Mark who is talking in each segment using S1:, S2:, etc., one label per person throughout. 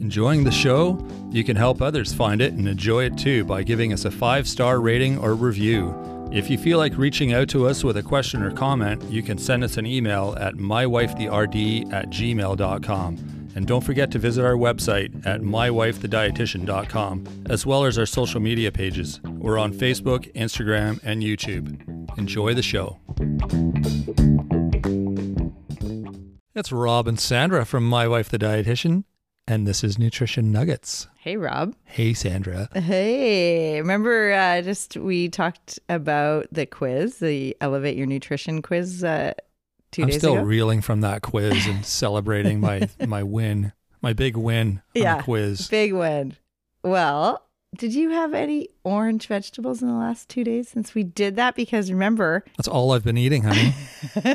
S1: enjoying the show, you can help others find it and enjoy it too by giving us a five star rating or review. If you feel like reaching out to us with a question or comment, you can send us an email at mywifetherd at gmail.com. And don't forget to visit our website at mywifethedietitian.com, as well as our social media pages. We're on Facebook, Instagram, and YouTube. Enjoy the show. It's Rob and Sandra from My Wife the Dietitian, and this is Nutrition Nuggets.
S2: Hey, Rob.
S1: Hey, Sandra.
S2: Hey, remember uh, just we talked about the quiz, the Elevate Your Nutrition quiz uh, 2
S1: I'm
S2: days
S1: still
S2: ago.
S1: reeling from that quiz and celebrating my my win, my big win on
S2: Yeah.
S1: the quiz.
S2: Big win. Well, did you have any orange vegetables in the last two days since we did that? Because remember,
S1: That's all I've been eating, honey.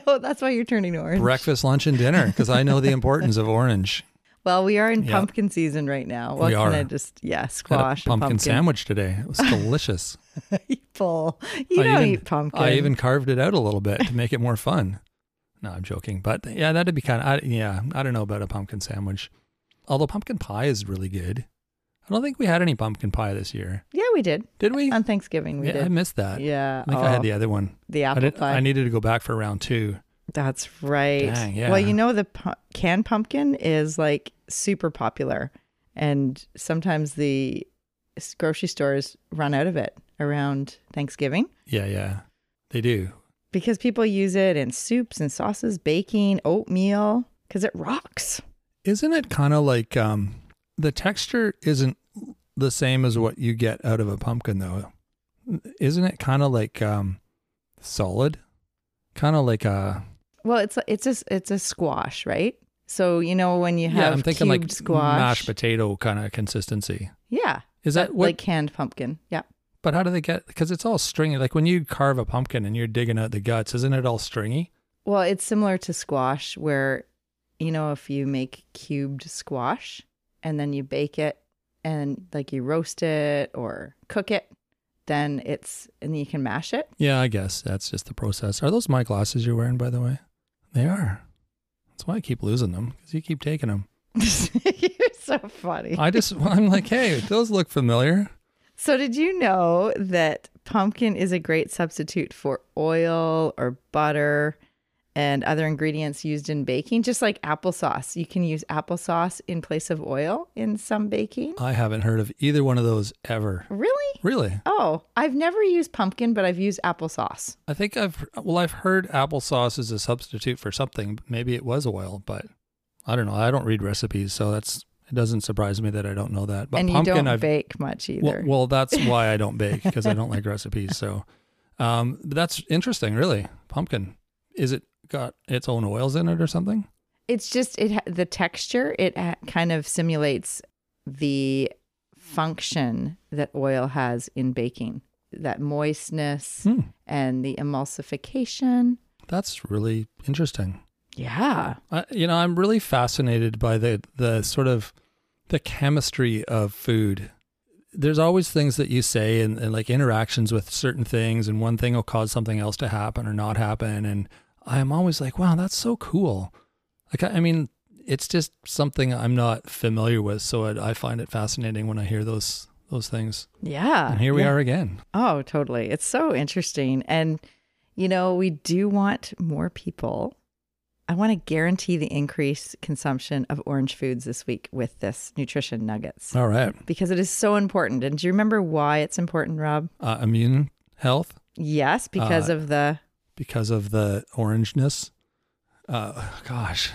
S2: oh, that's why you're turning orange.
S1: Breakfast, lunch, and dinner, because I know the importance of orange.
S2: Well, we are in
S1: Yeah.
S2: pumpkin season right now. What
S1: We
S2: can
S1: are.
S2: I just yeah
S1: Had a
S2: squash
S1: pumpkin,
S2: a pumpkin
S1: sandwich today. It was delicious.
S2: People, you
S1: I
S2: don't
S1: even-
S2: eat pumpkin.
S1: I even carved it out a little bit to make it more fun. No, I'm joking, but yeah, that'd be kind of. I, yeah, I don't know about a pumpkin sandwich. Although pumpkin pie is really good. I don't think we had any pumpkin pie this year,
S2: yeah, we did
S1: did we?
S2: on Thanksgiving. We
S1: yeah, I
S2: did.
S1: missed that.
S2: yeah,
S1: I think I
S2: oh,
S1: had the other one.
S2: the
S1: I,
S2: apple
S1: did,
S2: pie.
S1: I needed to go back for round two.
S2: That's right.
S1: Dang,
S2: Well,
S1: yeah.
S2: you know the pu- canned pumpkin is like super popular, and sometimes the s- grocery stores run out of it around Thanksgiving
S1: Yeah, yeah, they do.
S2: because people use it in soups and sauces, baking, oatmeal, because it rocks.
S1: Isn't it kind of like um, the texture isn't the same as what you get out of a pumpkin, though? Isn't it kind of like um, solid? Kind of like uh, a
S2: Well, it's a- it's a s- it's a squash, right? So you know when you have
S1: yeah. I'm thinking
S2: cubed
S1: like
S2: squash,
S1: mashed potato kind of consistency.
S2: yeah,
S1: Is that what?
S2: like canned pumpkin, yeah.
S1: but how do they get? Because it's all stringy. Like when you carve a pumpkin and you're digging out the guts, isn't it all stringy?
S2: Well, it's similar to squash, where you know if you make cubed squash and then you bake it and like you roast it or cook it, then it's and you can mash it.
S1: Yeah, I guess that's just the process. Are those my glasses you're wearing, by the way? They are. That's why I keep losing them because you keep taking them.
S2: You're so funny.
S1: I just, I'm like, hey, those look familiar.
S2: So did you know that pumpkin is a great substitute for oil or butter? And other ingredients used in baking, just like applesauce. You can use applesauce in place of oil in some baking.
S1: I haven't heard of either one of those ever.
S2: Really?
S1: Really?
S2: Oh, I've never used pumpkin, but I've used applesauce.
S1: I think I've, well, I've heard applesauce is a substitute for something. Maybe it was oil, but I don't know. I don't read recipes, so that's, it doesn't surprise me that I don't know that. But
S2: and you
S1: pumpkin,
S2: don't
S1: I've,
S2: bake much
S1: well,
S2: either.
S1: well, that's why I don't bake because I don't like recipes. So, um, but that's interesting, really. Pumpkin. Is it got its own oils in it or something?
S2: it's just it ha- the texture, it ha- kind of simulates the function that oil has in baking. That moistness
S1: Hmm.
S2: and the emulsification.
S1: That's really interesting.
S2: Yeah.
S1: I, you know, I'm really fascinated by the the sort of the chemistry of food. There's always things that you say and, and like interactions with certain things, and one thing will cause something else to happen or not happen. And I'm always like, wow, that's so cool. Like, I, I mean, it's just something I'm not familiar with, so it, I find it fascinating when I hear those those things.
S2: Yeah.
S1: And here we
S2: Uh, Yeah.
S1: are again.
S2: Oh, totally. It's so interesting. And, you know, we do want more people. I want to guarantee the increased consumption of orange foods this week with this nutrition nuggets
S1: All right,
S2: because it is so important. And do you remember why it's important, Rob?
S1: uh, immune health
S2: Yes, because
S1: Uh,
S2: of the.
S1: because of the orangeness. Uh, gosh,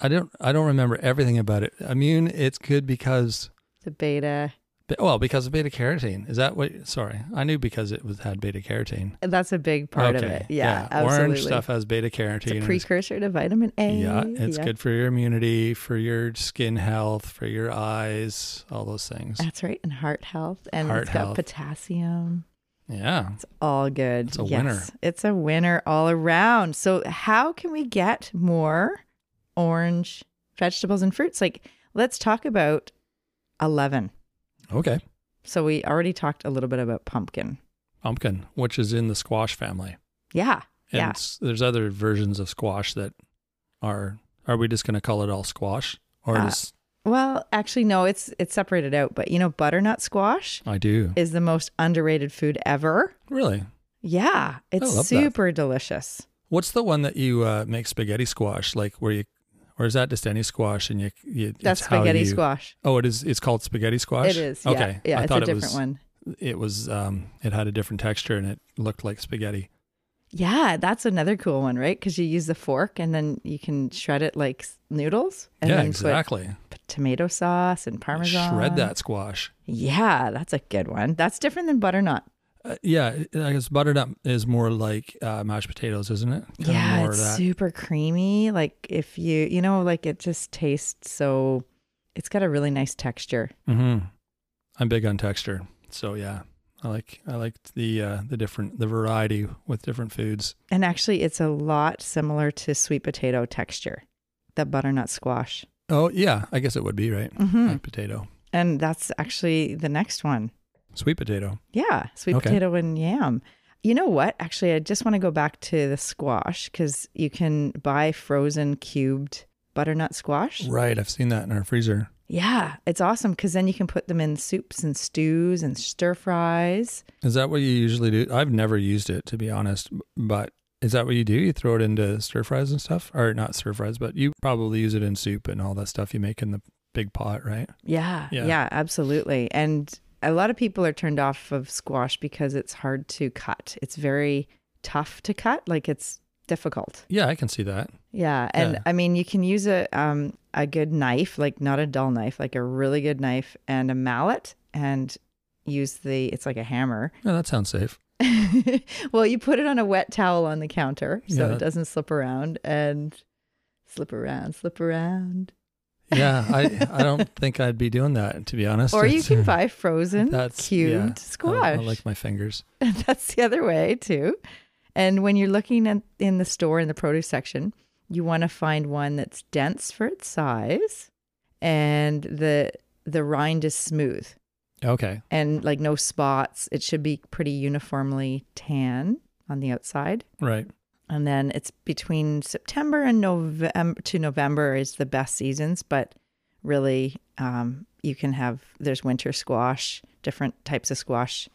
S1: I don't I don't remember everything about it. Immune, it's good because
S2: The beta.
S1: be- well because of beta carotene. Is that what? Sorry, I knew because it was had beta carotene.
S2: That's a big part of
S1: Okay,
S2: it. Yeah, absolutely.
S1: orange stuff has beta carotene.
S2: It's a
S1: and
S2: precursor to vitamin A.
S1: yeah, it's good for your immunity, for your skin health, for your eyes, all those things.
S2: That's right. And heart health. And
S1: Heart
S2: it's got
S1: health.
S2: potassium.
S1: Yeah.
S2: It's all good.
S1: It's a winner.
S2: It's a winner all around. So, how can we get more orange vegetables and fruits? Like, let's talk about 11.
S1: Okay.
S2: So, we already talked a little bit about pumpkin.
S1: Pumpkin, which is in the squash family.
S2: Yeah.
S1: And
S2: yeah.
S1: s- there's other versions of squash that are. Are we just going to call it all squash, or
S2: Uh,
S1: does
S2: Well, actually, no, it's it's separated out. But you know, butternut squash
S1: I do.
S2: is the most underrated food ever.
S1: Really?
S2: Yeah,
S1: love that.
S2: it's super delicious.
S1: What's the one that you uh, make spaghetti squash like where you or is that just any squash and you, you it's
S2: That's
S1: how
S2: spaghetti
S1: you-
S2: squash.
S1: Oh, it is it's called spaghetti squash?
S2: It is. Yeah,
S1: Okay.
S2: yeah,
S1: I
S2: it's
S1: thought
S2: a
S1: it
S2: different
S1: was
S2: one.
S1: it was um it had a different texture and it looked like spaghetti.
S2: Yeah, that's another cool one, right? Because you use the fork and then you can shred it like s- noodles, and
S1: yeah,
S2: then
S1: exactly.
S2: put p- tomato sauce and parmesan.
S1: Shred that squash.
S2: Yeah, that's a good one. That's different than butternut.
S1: Uh, yeah, I guess butternut is more like uh, mashed potatoes, isn't it? Kinda
S2: yeah,
S1: more of
S2: it's
S1: that.
S2: super creamy. Like if you, you know, like it just tastes so. It's got a really nice texture.
S1: hmm I'm big on texture, so yeah, I like I like the uh, the different the variety with different foods.
S2: And actually, it's a lot similar to sweet potato texture, the butternut squash.
S1: Oh yeah, I guess it would be right.
S2: Mhm.
S1: Like potato,
S2: And that's actually the next one.
S1: sweet potato.
S2: Yeah, sweet
S1: Okay.
S2: potato and yam. You know what? Actually, I just want to go back to the squash because you can buy frozen cubed butternut squash.
S1: Right, I've seen that in our freezer.
S2: Yeah, it's awesome because then you can put them in soups and stews and stir fries.
S1: Is that what you usually do? I've never used it to be honest, but is that what you do? You throw it into stir fries and stuff, or not stir fries, but you probably use it in soup and all that stuff you make in the big pot, right?
S2: Yeah,
S1: Yeah.
S2: yeah, absolutely. And a lot of people are turned off of squash because it's hard to cut. It's very tough to cut, like it's difficult.
S1: Yeah, I can see that.
S2: Yeah, and
S1: Yeah.
S2: I mean, you can use a um a good knife, like not a dull knife, like a really good knife and a mallet, and use the it's like a hammer.
S1: Yeah, that sounds safe.
S2: well, you put it on a wet towel on the counter so
S1: Yeah.
S2: it doesn't slip around and slip around, slip around.
S1: Yeah, I I don't think I'd be doing that to be honest.
S2: Or you
S1: It's-
S2: can buy frozen cubed
S1: yeah. I-
S2: squash.
S1: I, like my fingers.
S2: That's the other way too. And when you're looking at in the store in the produce section, you want to find one that's dense for its size and the the rind is smooth
S1: Okay.
S2: and like no spots. It should be pretty uniformly tan on the outside.
S1: Right.
S2: And then it's between September and November to November is the best seasons, but really um, you can have there's winter squash, different types of squash.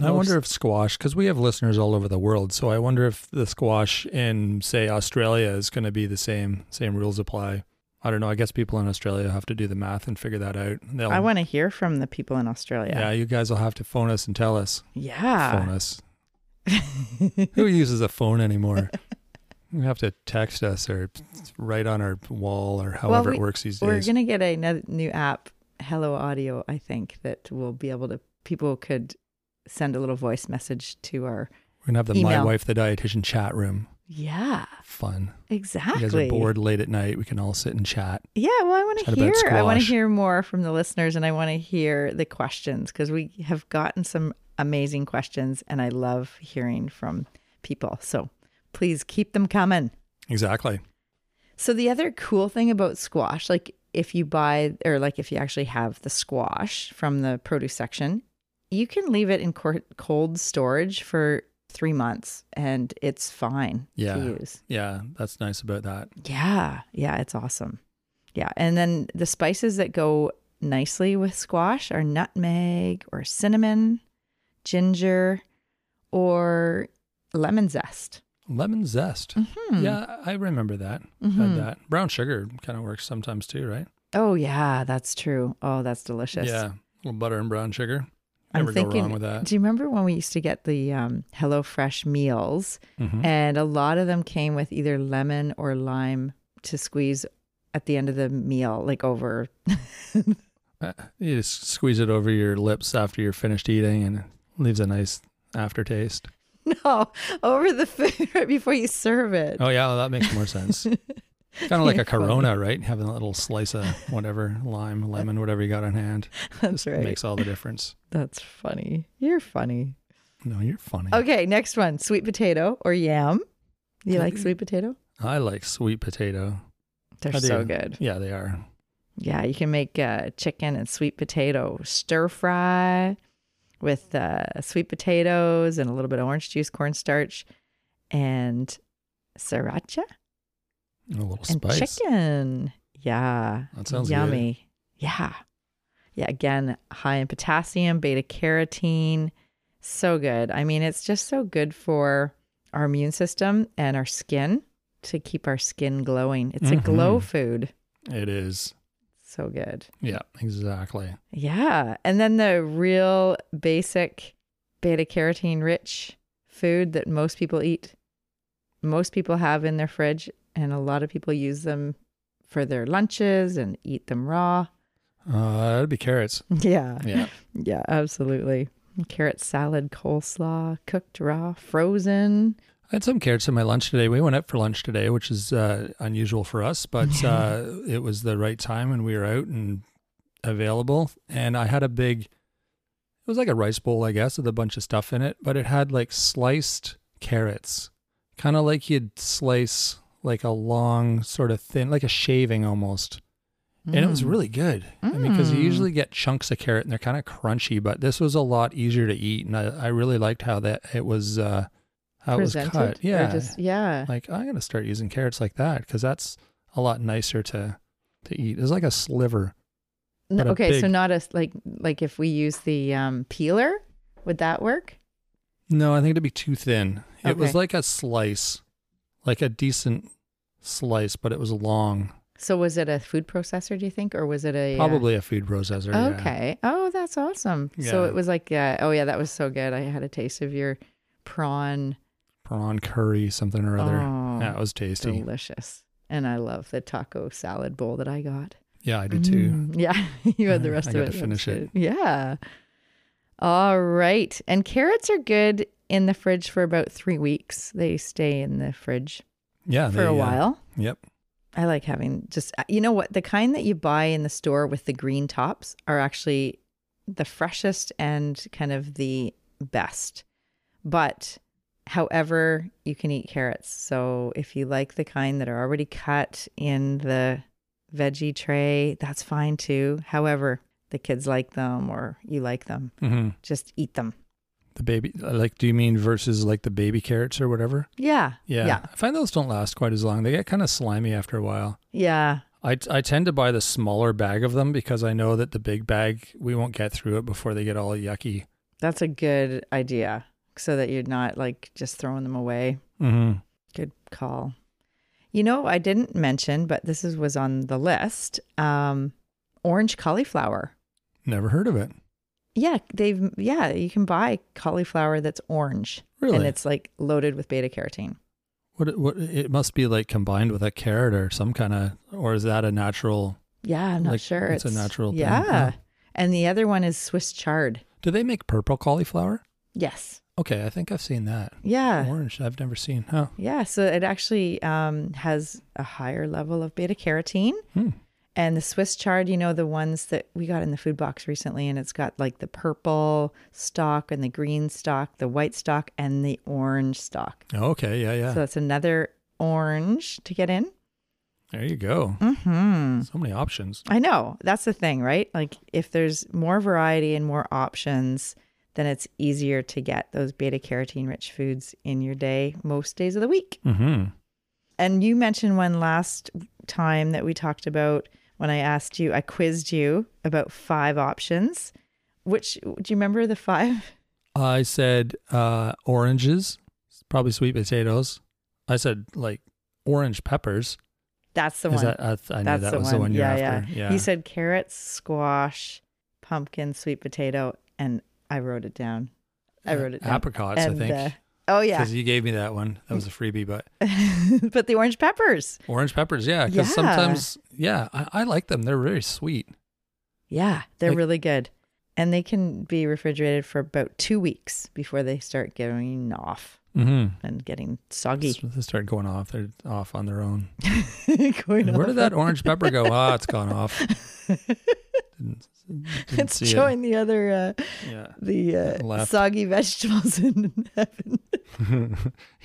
S1: I
S2: Most-
S1: wonder if squash, because we have listeners all over the world, so I wonder if the squash in say Australia is going to be the same. Same rules apply. I don't know. I guess people in Australia have to do the math and figure that out. They'll,
S2: I want to hear from the people in Australia.
S1: Yeah, you guys will have to phone us and tell us. Phone
S2: Yeah.
S1: us. Who uses a phone anymore? You have to text us or write on our wall or however
S2: we-
S1: it works these
S2: We're
S1: days.
S2: going to get a no- new app, Hello Audio, I think, that will be able to, people could send a little voice message to our.
S1: We're gonna have the my
S2: Email.
S1: wife the dietitian chat room.
S2: Yeah,
S1: Fun.
S2: exactly.
S1: You guys are bored late at night. We can all sit and chat.
S2: Yeah, well, I want to
S1: Chat about
S2: hear. I want to
S1: squash.
S2: hear more from the listeners, and I want to hear the questions because we have gotten some amazing questions, and I love hearing from people. So please keep them coming.
S1: Exactly.
S2: So the other cool thing about squash, like if you buy or like if you actually have the squash from the produce section, you can leave it in cor- cold storage for three months, and it's fine
S1: Yeah.
S2: to use.
S1: Yeah, that's nice about that.
S2: Yeah. Yeah. It's awesome. Yeah. And then the spices that go nicely with squash are nutmeg or cinnamon, ginger, or lemon zest.
S1: Lemon zest.
S2: Mhm.
S1: Yeah, I remember that. Had
S2: Mhm.
S1: that. Brown sugar kind of works sometimes too, right?
S2: Oh, yeah. That's true. Oh, that's delicious.
S1: Yeah, a little butter and brown sugar.
S2: I'm
S1: Never go
S2: thinking-
S1: wrong with that.
S2: Do you remember when we used to get the um, HelloFresh meals
S1: Mhm.
S2: and a lot of them came with either lemon or lime to squeeze at the end of the meal, like over?
S1: Uh,
S2: eh
S1: you just squeeze it over your lips after you're finished eating, and it leaves a nice aftertaste.
S2: No, over the food right before you serve it.
S1: Oh yeah, well, that makes more sense. kind of like a
S2: You're funny.
S1: Corona, right? Having a little slice of whatever, lime, lemon, whatever you got on hand.
S2: That's right.
S1: Makes all the difference.
S2: That's funny. You're funny.
S1: No, you're funny.
S2: Okay, next one sweet potato or yam. You like
S1: Mm.
S2: sweet potato?
S1: I like sweet potato.
S2: They're
S1: I do.
S2: so good.
S1: Yeah, they are.
S2: Yeah, you can make uh, chicken and sweet potato stir fry with uh, sweet potatoes and a little bit of orange juice, cornstarch, and sriracha
S1: A little
S2: and
S1: spice.
S2: chicken. Yeah.
S1: That sounds good.
S2: yummy. Yeah. Yeah. Again, high in potassium, beta carotene. So good. I mean, it's just so good for our immune system and our skin to keep our skin glowing. It's a glow
S1: Mm-hmm.
S2: food.
S1: It is.
S2: So good.
S1: Yeah, exactly.
S2: Yeah. And then the real basic beta carotene rich food that most people eat, most people have in their fridge, and a lot of people use them for their lunches and eat them raw.
S1: Uh, it'd be carrots.
S2: Yeah.
S1: Yeah.
S2: Yeah, absolutely. Carrot salad, coleslaw, cooked raw, frozen.
S1: I had some carrots in my lunch today. We went out for lunch today, which is uh, unusual for us, but uh, it was the right time and we were out and available. And I had a big, it was like a rice bowl, I guess, with a bunch of stuff in it, but it had like sliced carrots, kind of like you'd slice like a long, sort of thin, like a shaving almost. And it
S2: Mm.
S1: was really good. I mean, because you usually get chunks of carrot and they're kind of crunchy, but this was a lot easier to eat. And I, I really liked how that it was, uh, how
S2: presented.
S1: it was cut.
S2: or
S1: Yeah
S2: just- yeah.
S1: like I'm gonna start using carrots like that because that's a lot nicer to to eat. It's like a sliver.
S2: No,
S1: but a
S2: okay, so
S1: big-
S2: not as like like if we use the um, peeler, would that work?
S1: No, I think it'd be too thin. It was
S2: Okay.
S1: like a slice, like a decent slice, but it was long.
S2: So was it a food processor? Do you think, or was it a uh,
S1: Probably a food processor. yeah.
S2: Okay. Oh, that's awesome. So
S1: Yeah.
S2: it was like, uh, oh yeah, that was so good. I had a taste of your prawn,
S1: Prawn curry, something or other.
S2: Oh,
S1: that was tasty.
S2: delicious, and I love the taco salad bowl that I got.
S1: yeah, I did too.
S2: Mm, yeah, you had the
S1: Yeah,
S2: rest
S1: I
S2: of
S1: got
S2: it.
S1: to
S2: That's
S1: finish it.
S2: good. Yeah. All right, and carrots are good in the fridge for about three weeks. They stay in the fridge
S1: Yeah,
S2: for
S1: they,
S2: a
S1: uh,
S2: while.
S1: yep.
S2: I like having just uh, you know what the kind that you buy in the store with the green tops are actually the freshest and kind of the best. But however, you can eat carrots. So if you like the kind that are already cut in the veggie tray, that's fine too. However, the kids like them or you like them,
S1: hmm
S2: just eat them.
S1: The baby, like, do you mean versus like the baby carrots or whatever?
S2: Yeah.
S1: Yeah.
S2: Yeah.
S1: I find those don't last quite as long. They get kind of slimy after a while.
S2: Yeah.
S1: I, I tend to buy the smaller bag of them because I know that the big bag we won't get through it before they get all yucky.
S2: That's a good idea so that you're not like just throwing them away.
S1: Mm-hmm.
S2: Good call. You know, I didn't mention, but this is, was on the list. Um, orange cauliflower.
S1: Never heard of it.
S2: Yeah, they've yeah, you can buy cauliflower that's orange, and
S1: Really?
S2: it's like loaded with beta carotene.
S1: What what it must be like combined with a carrot or some kind of or is that a natural?
S2: Yeah, I'm not
S1: Like,
S2: sure.
S1: it's a natural thing,
S2: Yeah.
S1: yeah.
S2: and the other one is Swiss chard.
S1: Do they make purple cauliflower?
S2: Yes.
S1: Okay, I think I've seen that.
S2: Yeah.
S1: Orange, I've never seen. Huh.
S2: Yeah. So it actually um, has a higher level of beta carotene.
S1: Hmm.
S2: And the Swiss chard, you know, the ones that we got in the food box recently, and it's got like the purple stalk and the green stalk, the white stalk, and the orange stalk.
S1: Okay, yeah, yeah.
S2: So that's another orange to get in.
S1: there you go.
S2: hmm
S1: So many options.
S2: I know. That's the thing, right? Like if there's more variety and more options, then it's easier to get those beta carotene rich foods in your day most days of the week.
S1: Mm-hmm.
S2: And you mentioned one last time that we talked about when I asked you, I quizzed you about five options. Which do you remember the five?
S1: I said uh, oranges, probably sweet potatoes. I said like orange peppers.
S2: That's the
S1: Is
S2: one.
S1: that, I, th- I knew
S2: That's
S1: that
S2: the
S1: was
S2: one.
S1: the one you're
S2: yeah,
S1: after.
S2: yeah, He said carrots, squash, pumpkin, sweet potato, and I wrote it down. I
S1: Uh,
S2: wrote it down.
S1: Apricots, I
S2: And,
S1: think.
S2: uh, oh yeah,
S1: Because you gave me that one. That was a freebie, but
S2: but the orange peppers.
S1: orange peppers, yeah. Because
S2: Yeah.
S1: sometimes, yeah, I, I like them. They're very sweet.
S2: Yeah, they're
S1: Like-
S2: really good. And they can be refrigerated for about two weeks before they start getting off
S1: Mm-hmm.
S2: and getting soggy.
S1: They start going off. They're off on their own.
S2: Going
S1: Where
S2: off.
S1: did that orange pepper go? Ah, it's gone off. Didn't, didn't
S2: It's
S1: see
S2: showing the other uh,
S1: it. Yeah.
S2: the uh,
S1: Left.
S2: soggy vegetables in heaven.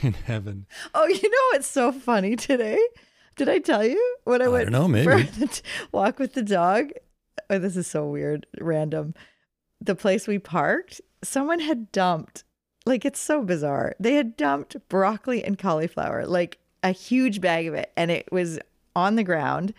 S1: In heaven.
S2: Oh, you know what's so funny today? Did I tell you when I,
S1: Oh, I
S2: went
S1: don't know,
S2: for
S1: maybe.
S2: a t- walk with the dog? Oh, this is so weird, random. The place we parked, someone had dumped. Like it's so bizarre. They had dumped broccoli and cauliflower, like a huge bag of it, and it was on the ground.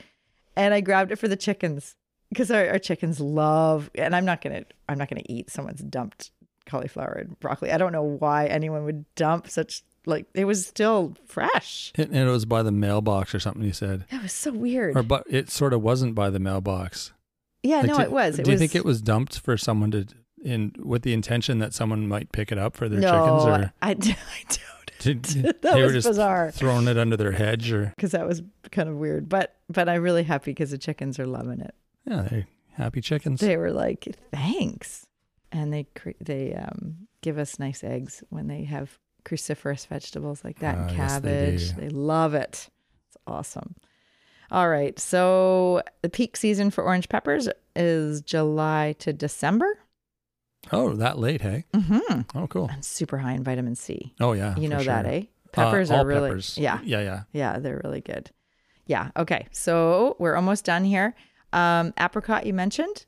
S2: And I grabbed it for the chickens. because our, our chickens love and i'm not gonna i'm not gonna eat someone's dumped cauliflower and broccoli i don't know why anyone would dump such like it was still fresh
S1: And it was by the mailbox or something you said.
S2: that was so weird
S1: Or but it sort of wasn't by the mailbox.
S2: yeah
S1: Like,
S2: no
S1: do-
S2: it was it
S1: do
S2: was
S1: you think it was dumped for someone to in with the intention that someone might pick it up for their
S2: no
S1: chickens or
S2: I, I d- I don't
S1: did,
S2: That
S1: they were
S2: was
S1: just
S2: bizarre.
S1: throwing it under their hedge or
S2: because that was kind of weird but but i'm really happy because the chickens are loving it
S1: yeah, they happy chickens.
S2: they were like thanks and they cre- they um give us nice eggs when they have cruciferous vegetables like that
S1: Ah,
S2: and
S1: yes, they
S2: cabbage
S1: do.
S2: they love it it's awesome all right so the peak season for orange peppers is july to december
S1: oh, that late, hey?
S2: mm-hmm.
S1: Oh, cool.
S2: and super high in vitamin c
S1: Oh yeah.
S2: you
S1: for
S2: know that
S1: sure.
S2: eh
S1: Uh,
S2: peppers
S1: all
S2: are really
S1: peppers.
S2: yeah
S1: Yeah, yeah.
S2: yeah, they're really good. Yeah. Okay. So we're almost done here. Um, apricot, you mentioned.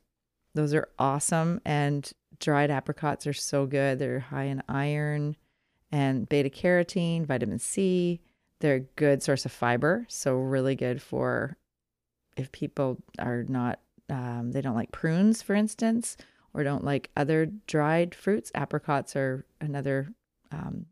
S2: Those are awesome. And dried apricots are so good. They're high in iron and beta carotene, vitamin C. They're a good source of fiber. So, really good for if people are not, um, they don't like prunes, for instance, or don't like other dried fruits. Apricots are another um,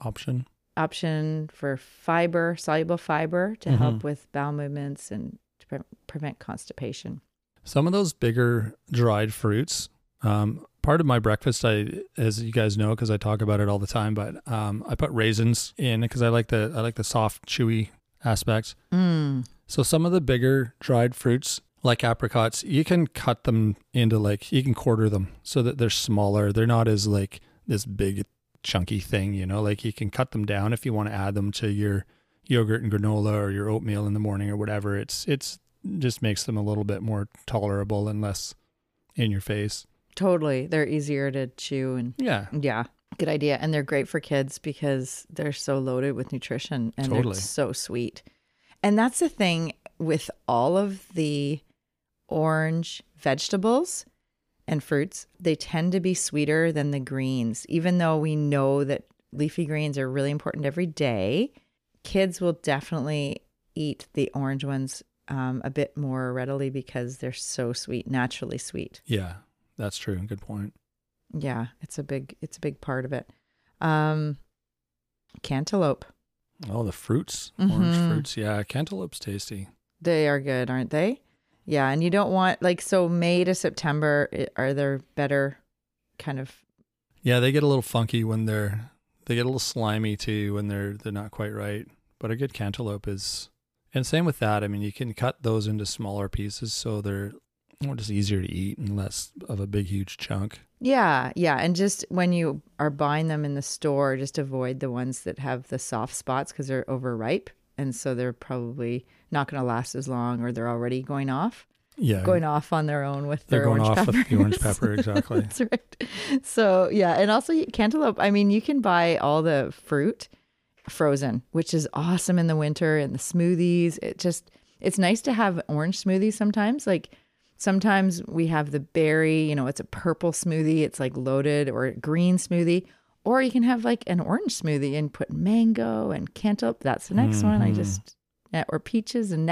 S1: Option.
S2: option for fiber, soluble fiber, to
S1: Mhm.
S2: help with bowel movements and to pre- prevent constipation.
S1: Some of those bigger dried fruits. Um, part of my breakfast, I, as you guys know, because I talk about it all the time, but um, I put raisins in because I like the I like the soft, chewy aspects.
S2: Mm.
S1: So some of the bigger dried fruits, like apricots, you can cut them into like you can quarter them so that they're smaller. They're not as like this big chunky thing, you know. Like you can cut them down if you want to add them to your yogurt and granola or your oatmeal in the morning or whatever. It's it's just makes them a little bit more tolerable and less in your face.
S2: Totally. They're easier to chew and
S1: Yeah.
S2: yeah, good idea. And they're great for kids because they're so loaded with nutrition and
S1: Totally.
S2: they're so sweet. And that's the thing with all of the orange vegetables and fruits, they tend to be sweeter than the greens. Even though we know that leafy greens are really important every day, kids will definitely eat the orange ones um, a bit more readily because they're so sweet, naturally sweet.
S1: Yeah. That's true. Good point.
S2: Yeah, it's a big it's a big part of it. Um cantaloupe.
S1: Oh, the fruits. Orange
S2: Mhm.
S1: fruits. Yeah. Cantaloupe's tasty.
S2: They are good, aren't they? Yeah, and you don't want like so May to September i- are there better kind of
S1: Yeah, they get a little funky when they're they get a little slimy too when they're they're not quite right. But a good cantaloupe is and same with that. I mean, you can cut those into smaller pieces so they're well, just easier to eat and less of a big huge chunk.
S2: Yeah, yeah, and just when you are buying them in the store, just avoid the ones that have the soft spots cuz they're overripe and so they're probably not going to last as long or they're already going off.
S1: Yeah.
S2: Going off on their own with
S1: they're
S2: their
S1: going off
S2: orange
S1: with the orange
S2: peppers.
S1: pepper exactly.
S2: That's right. So yeah, and also you- cantaloupe. I mean, you can buy all the fruit frozen, which is awesome in the winter and the smoothies. It just it's nice to have orange smoothies sometimes. Like sometimes we have the berry, you know, it's a purple smoothie, it's like loaded or a green smoothie. Or you can have like an orange smoothie and put mango and cantaloupe. That's the next one. I
S1: Mhm.
S2: just yeah, or peaches and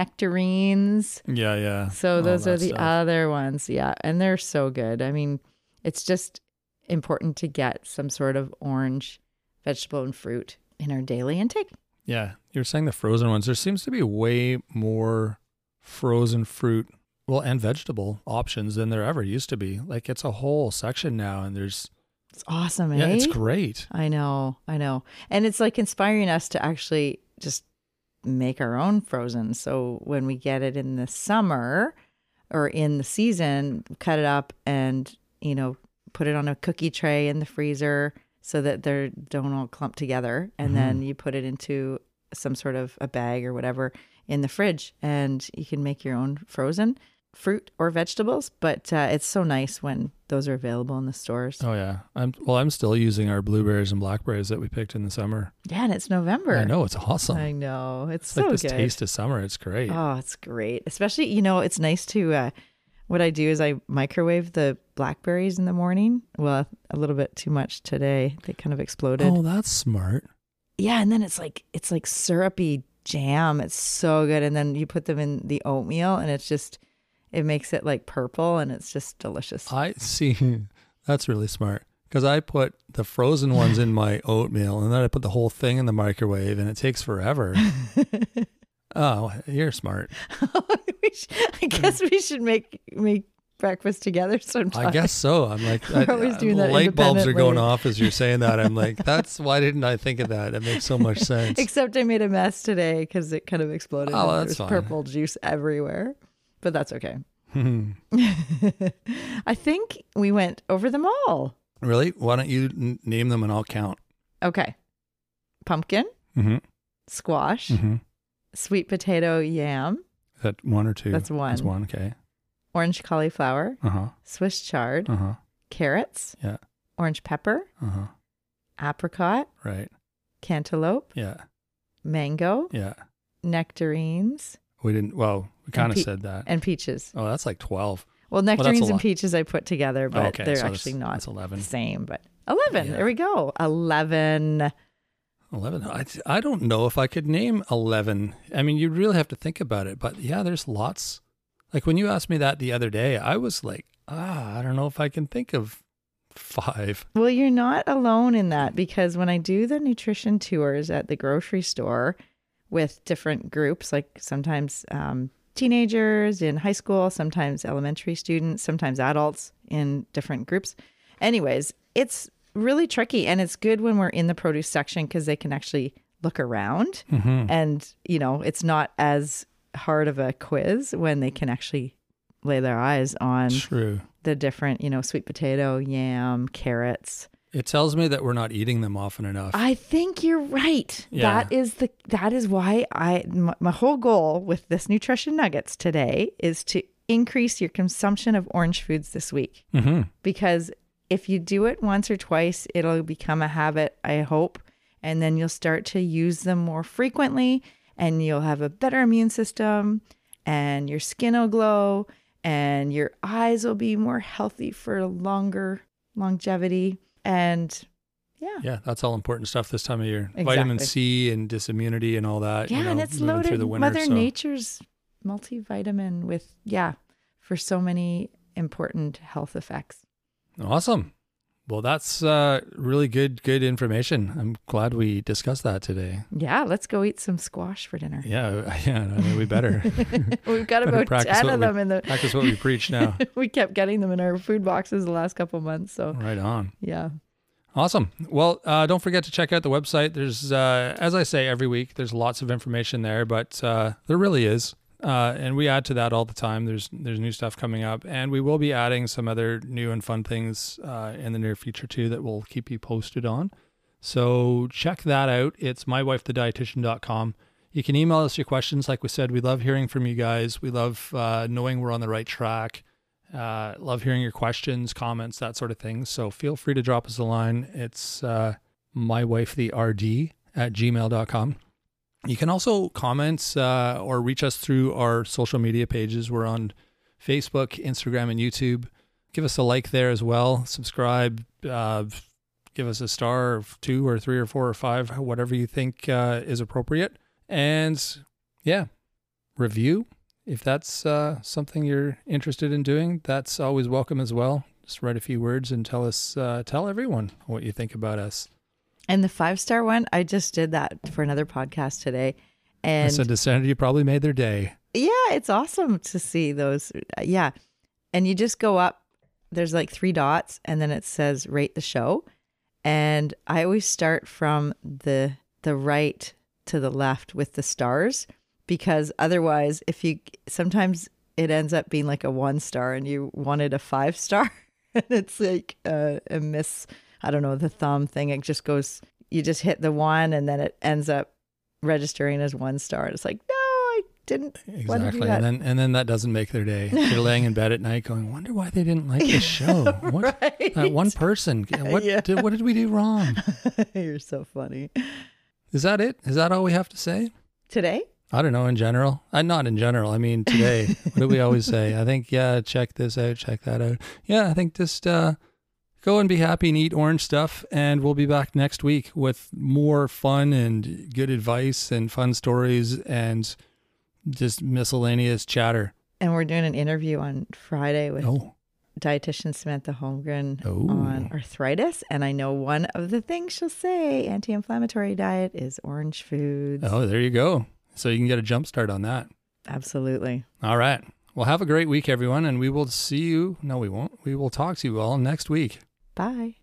S2: nectarines.
S1: yeah, yeah.
S2: So
S1: all
S2: those are
S1: that
S2: the
S1: stuff.
S2: other ones. Yeah. And they're so good. I mean, it's just important to get some sort of orange vegetable and fruit in our daily intake.
S1: Yeah, you're saying the frozen ones. There seems to be way more frozen fruit, well, and vegetable options than there ever used to be. Like it's a whole section now and there's
S2: It's awesome, eh?
S1: Yeah, it's great.
S2: I know. I know. And it's like inspiring us to actually just make our own frozen. So when we get it in the summer or in the season, cut it up and, you know, put it on a cookie tray in the freezer so that they don't all clump together. And then
S1: Mm-hmm.
S2: you put it into some sort of a bag or whatever in the fridge and you can make your own frozen fruit or vegetables. But uh, it's so nice when those are available in the stores.
S1: Oh yeah. I'm well. I'm still using our blueberries and blackberries that we picked in the summer.
S2: Yeah, and it's November.
S1: I know it's awesome.
S2: I know. It's,
S1: it's
S2: so
S1: like this
S2: good.
S1: taste of summer. It's great.
S2: Oh, it's great. Especially, you know, it's nice to uh what I do is I microwave the blackberries in the morning. Well, a little bit too much today. They kind of exploded.
S1: oh, that's smart.
S2: Yeah, and then it's like it's like syrupy jam. It's so good. And then you put them in the oatmeal and it's just It makes it like purple and it's just delicious.
S1: I see. That's really smart because I put the frozen ones in my oatmeal and then I put the whole thing in the microwave and it takes forever. oh, you're smart.
S2: We sh- I guess we should make make breakfast together sometime.
S1: I guess so. I'm like,
S2: We're
S1: I-
S2: always
S1: I-
S2: doing that
S1: light bulbs are going
S2: independently.
S1: off as you're saying that. I'm like, that's why didn't I think of that? It makes so much sense.
S2: Except I made a mess today because it kind of exploded.
S1: Oh,
S2: and
S1: that's
S2: There's
S1: fine.
S2: purple juice everywhere, but that's okay.
S1: Hmm.
S2: I think we went over them all.
S1: really? Why don't you n- name them and I'll count?
S2: Okay. Pumpkin,
S1: Mm-hmm.
S2: squash,
S1: Mm-hmm.
S2: sweet potato, yam,
S1: That one or two?
S2: That's
S1: That's
S2: one.
S1: one. Okay.
S2: orange cauliflower,
S1: Uh huh.
S2: Swiss chard,
S1: Uh huh.
S2: carrots,
S1: Yeah.
S2: orange pepper,
S1: Uh huh.
S2: apricot,
S1: Right.
S2: cantaloupe,
S1: Yeah.
S2: mango,
S1: Yeah.
S2: nectarines,
S1: We didn't. Well, we kind of
S2: pe-
S1: said that.
S2: and peaches.
S1: Oh, that's like twelve.
S2: Well,
S1: that's
S2: nectarines
S1: a
S2: and
S1: lot.
S2: peaches I put together, but
S1: okay,
S2: they're
S1: so that's-
S2: actually not
S1: that's 11.
S2: the same. But 11.
S1: Yeah.
S2: There we go. 11.
S1: Eleven. I I don't know if I could name eleven. I mean, you really have to think about it. But yeah, there's lots. Like when you asked me that the other day, I was like, ah, I don't know if I can think of five.
S2: Well, you're not alone in that because when I do the nutrition tours at the grocery store with different groups, like sometimes um, teenagers in high school, sometimes elementary students, sometimes adults in different groups. Anyways, it's really tricky and it's good when we're in the produce section because they can actually look around
S1: Mm-hmm.
S2: and, you know, it's not as hard of a quiz when they can actually lay their eyes on
S1: True.
S2: the different, you know, sweet potato, yam, carrots.
S1: It tells me that we're not eating them often enough.
S2: I think you're right.
S1: Yeah.
S2: That is the that is why I my, my whole goal with this nutrition nuggets today is to increase your consumption of orange foods this week
S1: mm-hmm.
S2: because if you do it once or twice, it'll become a habit, I hope, and then you'll start to use them more frequently and you'll have a better immune system and your skin will glow and your eyes will be more healthy for longer longevity and yeah.
S1: Yeah, that's all important stuff this time of year.
S2: Exactly.
S1: Vitamin C and disimmunity and all that.
S2: Yeah,
S1: you know,
S2: and it's
S1: moving through
S2: loaded.
S1: the winter.
S2: Mother
S1: so.
S2: Nature's multivitamin with yeah, for so many important health effects.
S1: Awesome. Well, that's uh, really good, good information. I'm glad we discussed that today.
S2: Yeah, let's go eat some squash for dinner.
S1: Yeah, yeah, I mean, we better,
S2: We've got
S1: better
S2: about
S1: practice
S2: ten
S1: what
S2: of
S1: we-
S2: them in the.
S1: practice what we preach now.
S2: we kept getting them in our food boxes the last couple months. So
S1: Right on.
S2: yeah,
S1: Awesome. Well, uh, don't forget to check out the website. There's, uh, as I say every week, there's lots of information there, but uh, there really is, uh, and we add to that all the time. There's there's new stuff coming up, and we will be adding some other new and fun things uh, in the near future too that we'll keep you posted on. So check that out. It's mywifethedietitian.com. You can email us your questions. Like we said, we love hearing from you guys. We love uh, knowing we're on the right track. Uh, love hearing your questions, comments, that sort of thing. So feel free to drop us a line. It's uh, mywifetherd at gmail.com. You can also comment uh, or reach us through our social media pages. We're on Facebook, Instagram, and YouTube. Give us a like there as well. Subscribe. Uh, give us a star of two or three or four or five, whatever you think uh, is appropriate. And yeah, review if that's uh, something you're interested in doing, that's always welcome as well. Just write a few words and tell us, uh, tell everyone what you think about us.
S2: and the five star one, I just did that for another podcast today, and
S1: That's a descendant you probably made their day.
S2: Yeah, it's awesome to see those. uh, Yeah. And you just go up, there's like three dots, and then it says rate the show. And I always start from the the right to the left with the stars because otherwise if you sometimes it ends up being like a one star and you wanted a five star and it's like a, a miss I don't know the thumb thing it just goes you just hit the one and then it ends up registering as one star. It's like, no, I didn't want to do
S1: Exactly, and
S2: that.
S1: then and then that doesn't make their day. They're laying in bed at night, going, "Wonder why they didn't like the show." What that one person? What
S2: Yeah.
S1: did, what did we do wrong?
S2: You're so funny.
S1: Is that it? Is that all we have to say?
S2: Today?
S1: I don't know. In general, I not in general. I mean today. what do we always say? I think yeah. Check this out. Check that out. Yeah, I think just uh, go and be happy and eat orange stuff, and we'll be back next week with more fun and good advice and fun stories and just miscellaneous chatter.
S2: And we're doing an interview on Friday with
S1: Oh,
S2: dietitian Samantha Holmgren
S1: Ooh.
S2: on arthritis. And I know one of the things she'll say anti inflammatory diet is orange foods.
S1: oh, there you go. So you can get a jump start on that.
S2: Absolutely.
S1: All right. Well, have a great week, everyone, and we will see you. No, we won't. We will talk to you all next week.
S2: Bye.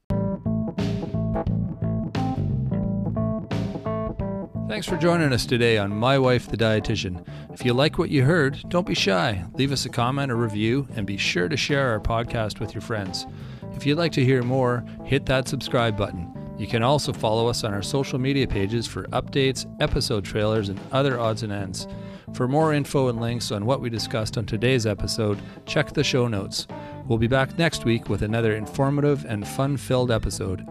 S1: Thanks for joining us today on My Wife the Dietitian. If you like what you heard, don't be shy. Leave us a comment or review and be sure to share our podcast with your friends. If you'd like to hear more, hit that subscribe button. You can also follow us on our social media pages for updates, episode trailers, and other odds and ends. For more info and links on what we discussed on today's episode, check the show notes. We'll be back next week with another informative and fun filled episode.